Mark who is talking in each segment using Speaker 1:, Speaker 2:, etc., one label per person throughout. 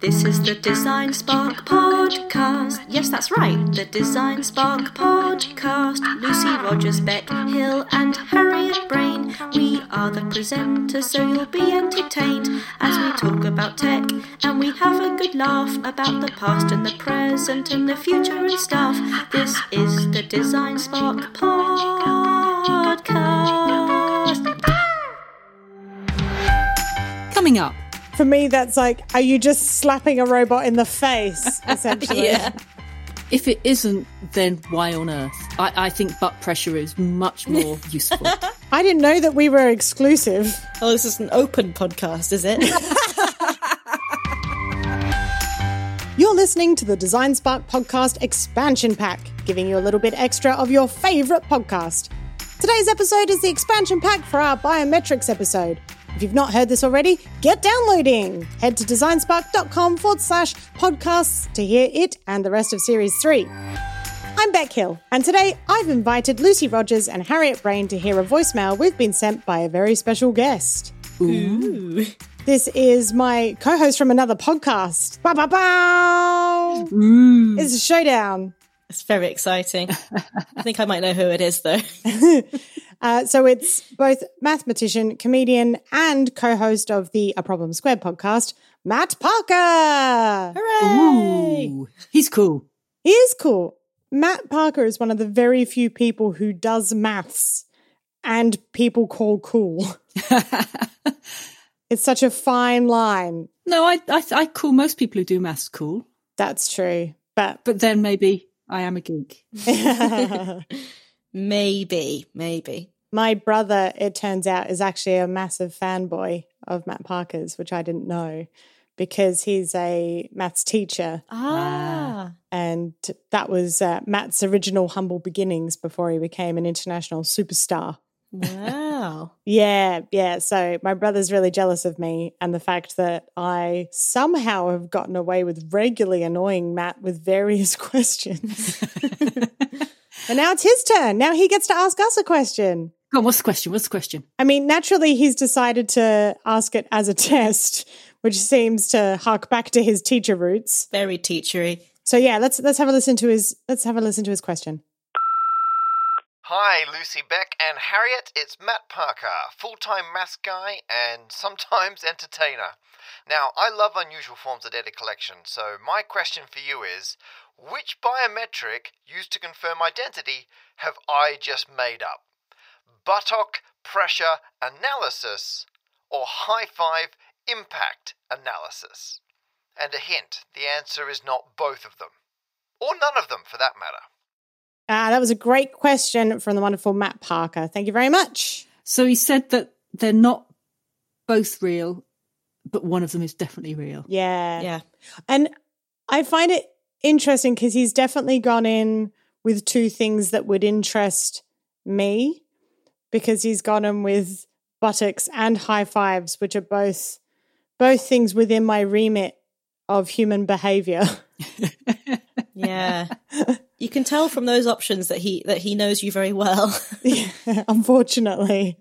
Speaker 1: This is the Design Spark Podcast. Yes, that's right. The Design Spark Podcast. Lucy Rogers Beck Hill and Harriet Brain. We are the presenters, so you'll be entertained as we talk about tech and we have a good laugh about the past and the present and the future and stuff. This is the Design Spark Podcast.
Speaker 2: Coming up.
Speaker 3: For me, that's like, are you just slapping a robot in the face, essentially?
Speaker 2: If it isn't, then why on earth? I, I think butt pressure is much more useful.
Speaker 3: I didn't know that we were exclusive.
Speaker 4: Oh, this is an open podcast, is it?
Speaker 3: You're listening to the Design Spark Podcast Expansion Pack, giving you a little bit extra of your favorite podcast. Today's episode is the expansion pack for our biometrics episode. If you've not heard this already, get downloading. Head to designspark.com forward slash podcasts to hear it and the rest of Series 3. I'm Beck Hill, and today I've invited Lucy Rogers and Harriet Brain to hear a voicemail we've been sent by a very special guest. Ooh. This is my co host from another podcast. Ba ba ba! It's a showdown.
Speaker 4: it's very exciting. I think I might know who it is, though.
Speaker 3: Uh, so it's both mathematician, comedian, and co host of the A Problem Squared podcast, Matt Parker.
Speaker 4: Hooray!
Speaker 2: Ooh, he's cool.
Speaker 3: He is cool. Matt Parker is one of the very few people who does maths and people call cool. It's such a fine line.
Speaker 2: no, I, I I call most people who do maths cool,
Speaker 3: That's true. But
Speaker 2: but then maybe I am a geek.
Speaker 4: Maybe, maybe.
Speaker 3: my brother, it turns out, is actually a massive fanboy of Matt Parker's, which I didn't know because he's a maths teacher.
Speaker 4: Ah.
Speaker 3: And that was uh, Matt's original humble beginnings before he became an international superstar.
Speaker 4: Wow.
Speaker 3: Yeah, yeah. So my brother's really jealous of me and the fact that I somehow have gotten away with regularly annoying Matt with various questions. and now it's his turn. Now he gets to ask us a question.
Speaker 2: Go on, what's the question? What's the question?
Speaker 3: I mean, naturally, he's decided to ask it as a test, which seems to hark back to his teacher roots.
Speaker 4: very teachery.
Speaker 3: So yeah, let's let's have a listen to his let's have a listen to his question.
Speaker 5: Hi, Lucy Beck and Harriet. It's Matt Parker, full time maths guy and sometimes entertainer. Now, I love unusual forms of data collection, so my question for you is which biometric used to confirm identity have I just made up? Buttock pressure analysis or high five impact analysis? And a hint the answer is not both of them, or none of them for that matter.
Speaker 3: Ah, that was a great question from the wonderful Matt Parker. Thank you very much.
Speaker 2: So he said that they're not both real, but one of them is definitely real.
Speaker 3: Yeah.
Speaker 4: Yeah.
Speaker 3: And I find it interesting because he's definitely gone in with two things that would interest me because he's gone in with buttocks and high fives, which are both both things within my remit of human behavior.
Speaker 4: Yeah. you can tell from those options that he that he knows you very well.
Speaker 3: unfortunately.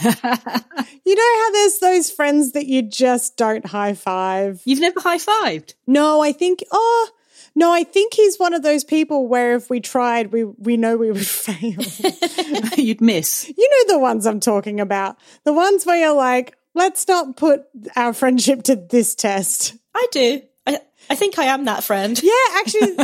Speaker 3: you know how there's those friends that you just don't high five?
Speaker 2: You've never high fived.
Speaker 3: No, I think oh no, I think he's one of those people where if we tried, we we know we would fail.
Speaker 2: You'd miss.
Speaker 3: You know the ones I'm talking about. The ones where you're like, let's not put our friendship to this test.
Speaker 4: I do. I I think I am that friend.
Speaker 3: Yeah, actually,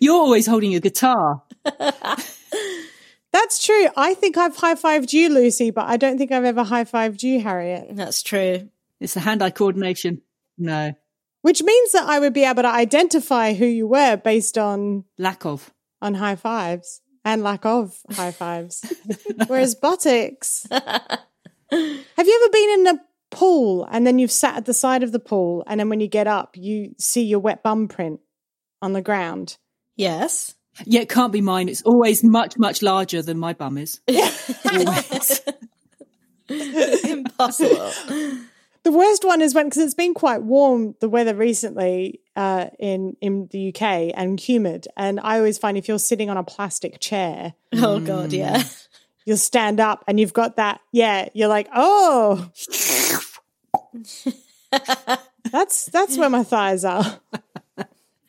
Speaker 2: You're always holding a guitar.
Speaker 3: that's true. I think I've high fived you, Lucy, but I don't think I've ever high fived you, Harriet,
Speaker 4: That's true.
Speaker 2: It's the hand eye coordination. No,
Speaker 3: which means that I would be able to identify who you were based on,
Speaker 2: lack of.
Speaker 3: on high fives and lack of high fives. Whereas buttocks. Have you ever been in a pool and then you've sat at the side of the pool and then when you get up, you see your wet bum print on the ground?
Speaker 4: Yes.
Speaker 2: Yeah, it can't be mine. It's always much, much larger than my bum is. Always.
Speaker 4: Impossible.
Speaker 3: The worst one is when because it's been quite warm the weather recently uh, in in the UK and humid, and I always find if you're sitting on a plastic chair,
Speaker 4: oh god, yeah.
Speaker 3: you'll stand up and you've got that. Yeah, you're like, oh, That's that's where my thighs are.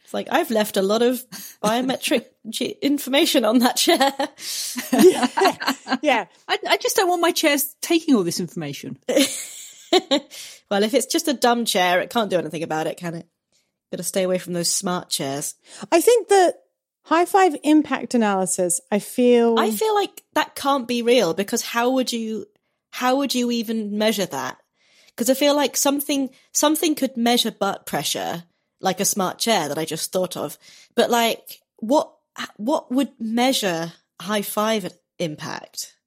Speaker 4: It's like I've left a lot of biometric g- information on that chair.
Speaker 3: Yeah.
Speaker 2: I, I just don't want my chairs taking all this information.
Speaker 4: well, if it's just a dumb chair, it can't do anything about it, can it? Got to stay away from those smart chairs.
Speaker 3: I think the high five impact analysis, I feel
Speaker 4: I feel like that can't be real because how would you how would you even measure that? Because I feel like something something could measure butt pressure, like a smart chair that I just thought of. But like what what would measure high five impact?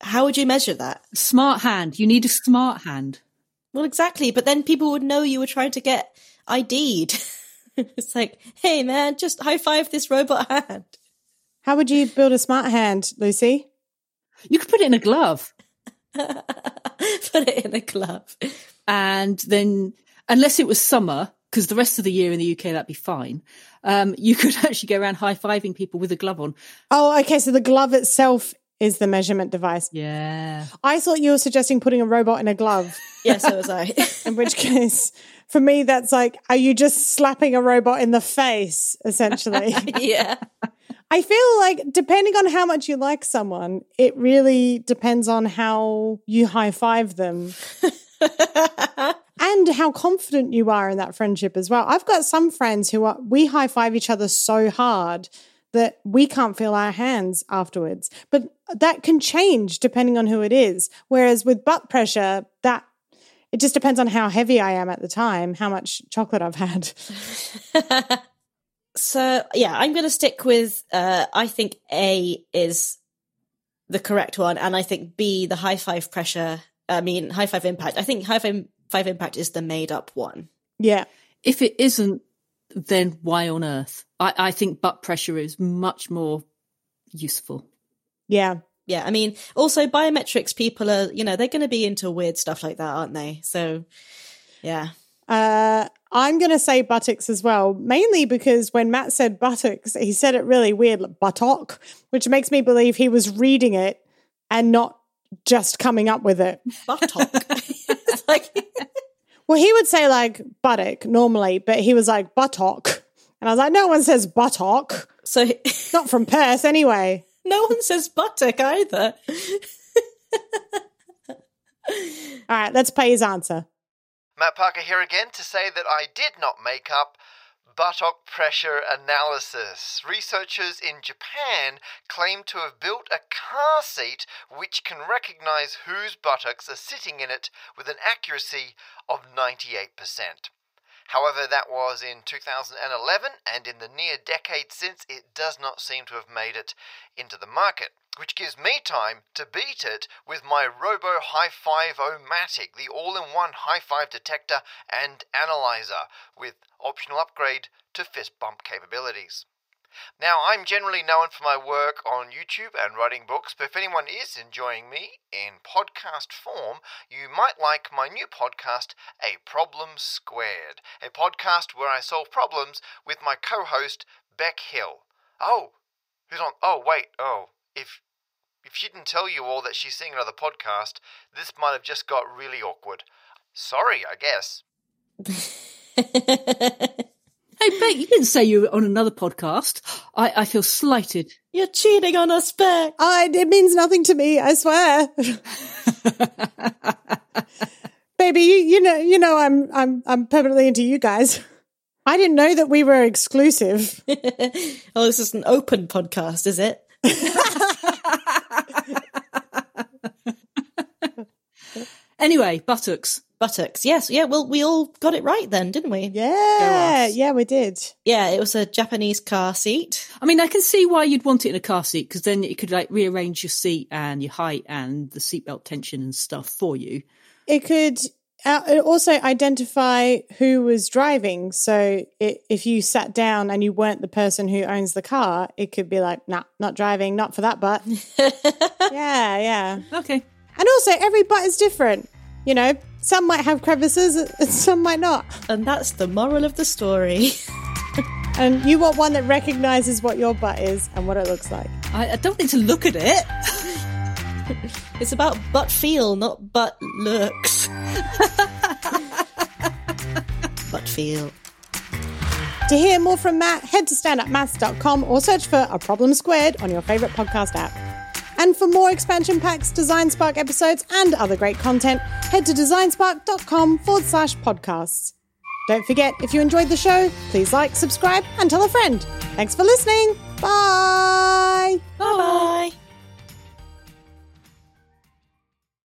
Speaker 4: How would you measure that?
Speaker 2: Smart hand. You need a smart hand.
Speaker 4: Well, exactly. But then people would know you were trying to get ID'd. it's like, hey man, just high five this robot hand.
Speaker 3: how would you build a smart hand, Lucy?
Speaker 2: You could put it in a glove.
Speaker 4: Put it in a glove.
Speaker 2: and then unless it was summer because the rest of the year in the UK that'd be fine. Um, you could actually go around high fiving people with a glove on.
Speaker 3: Oh, okay, so the glove itself is the measurement device.
Speaker 2: Yeah,
Speaker 3: I thought you were suggesting putting a robot in a glove.
Speaker 4: Yeah, so was I.
Speaker 3: In which case, for me, that's like, are you just slapping a robot in the face, essentially?
Speaker 4: yeah.
Speaker 3: I feel like, depending on how much you like someone, it really depends on how you high five them and how confident you are in that friendship as well. I've got some friends who are, we high five each other so hard that we can't feel our hands afterwards. But that can change depending on who it is. Whereas with butt pressure, that it just depends on how heavy I am at the time, how much chocolate I've had.
Speaker 4: So yeah, I'm going to stick with. Uh, I think A is the correct one, and I think B, the high five pressure. I mean, high five impact. I think high five, five impact is the made up one.
Speaker 3: Yeah.
Speaker 2: if it isn't, then why on earth? I, I think butt pressure is much more useful.
Speaker 3: Yeah.
Speaker 4: Yeah, I mean, also biometrics people are, you know, they're going to be into weird stuff like that, aren't they? So, yeah.
Speaker 3: Uh, I'm going to say buttocks as well, mainly because when Matt said buttocks, he said it really weird, like buttock, which makes me believe he was reading it and not just coming up with it.
Speaker 4: Buttock. It's like,
Speaker 3: Well, he would say like buttock normally, but he was like buttock. And I was like, no one says buttock.
Speaker 4: so
Speaker 3: Not from Perth anyway.
Speaker 4: no one says buttock either.
Speaker 3: All right, let's play his answer.
Speaker 5: Matt Parker here again to say that I did not make up buttock pressure analysis. Researchers in Japan claim to have built a car seat which can recognize whose buttocks are sitting in it with an accuracy of 98%. However, that was in 2011, and in the near decade since, it does not seem to have made it into the market, which gives me time to beat it with my Robo High Five O Matic, the all in one high five detector and analyzer, with optional upgrade to fist bump capabilities. Now, I'm generally known for my work on YouTube and writing books, but if anyone is enjoying me in podcast form, you might like my new podcast, A Problem Squared, a podcast where I solve problems with my co host, Beck Hill. Oh, who's on? Oh, wait, oh, if. If she didn't tell you all that she's seeing another podcast, this might have just got really awkward. Sorry, I guess.
Speaker 2: Hey, Beck, you didn't say you were on another podcast. I, I feel slighted.
Speaker 4: You're cheating on us, Beck.
Speaker 3: I, Uh, it means nothing to me, I swear. Baby, you, you know, you know, I'm, I'm, I'm permanently into you guys. I didn't know that we were exclusive.
Speaker 4: Oh, this is an open podcast, is it?
Speaker 2: Anyway, buttocks.
Speaker 4: Buttocks. Yes. Yeah. Well, we all got it right then, didn't we?
Speaker 3: Yeah, yeah, we did.
Speaker 4: Yeah. It was a Japanese car seat.
Speaker 2: I mean, I can see why you'd want it in a car seat because then it could like rearrange your seat and your height and the seatbelt tension and stuff for you.
Speaker 3: It could uh, it also identify who was driving. So it, if you sat down and you weren't the person who owns the car, it could be like, nah, not driving, not for that butt. yeah, yeah.
Speaker 2: Okay.
Speaker 3: And also, every butt is different. You know, some might have crevices and some might not.
Speaker 4: And that's the moral of the story.
Speaker 3: And you want one that recognizes what your butt is and what it looks like.
Speaker 2: I, I don't need to look at it.
Speaker 4: It's about butt feel, not butt looks. feel.
Speaker 3: To hear more from Matt, head to standupmaths.com or search for A Problem Squared on your favourite podcast app. And for more expansion packs, Design Spark episodes, and other great content, head to designspark.com forward slash podcasts. Don't forget, if you enjoyed the show, please like, subscribe, and tell a friend. Thanks for listening. Bye.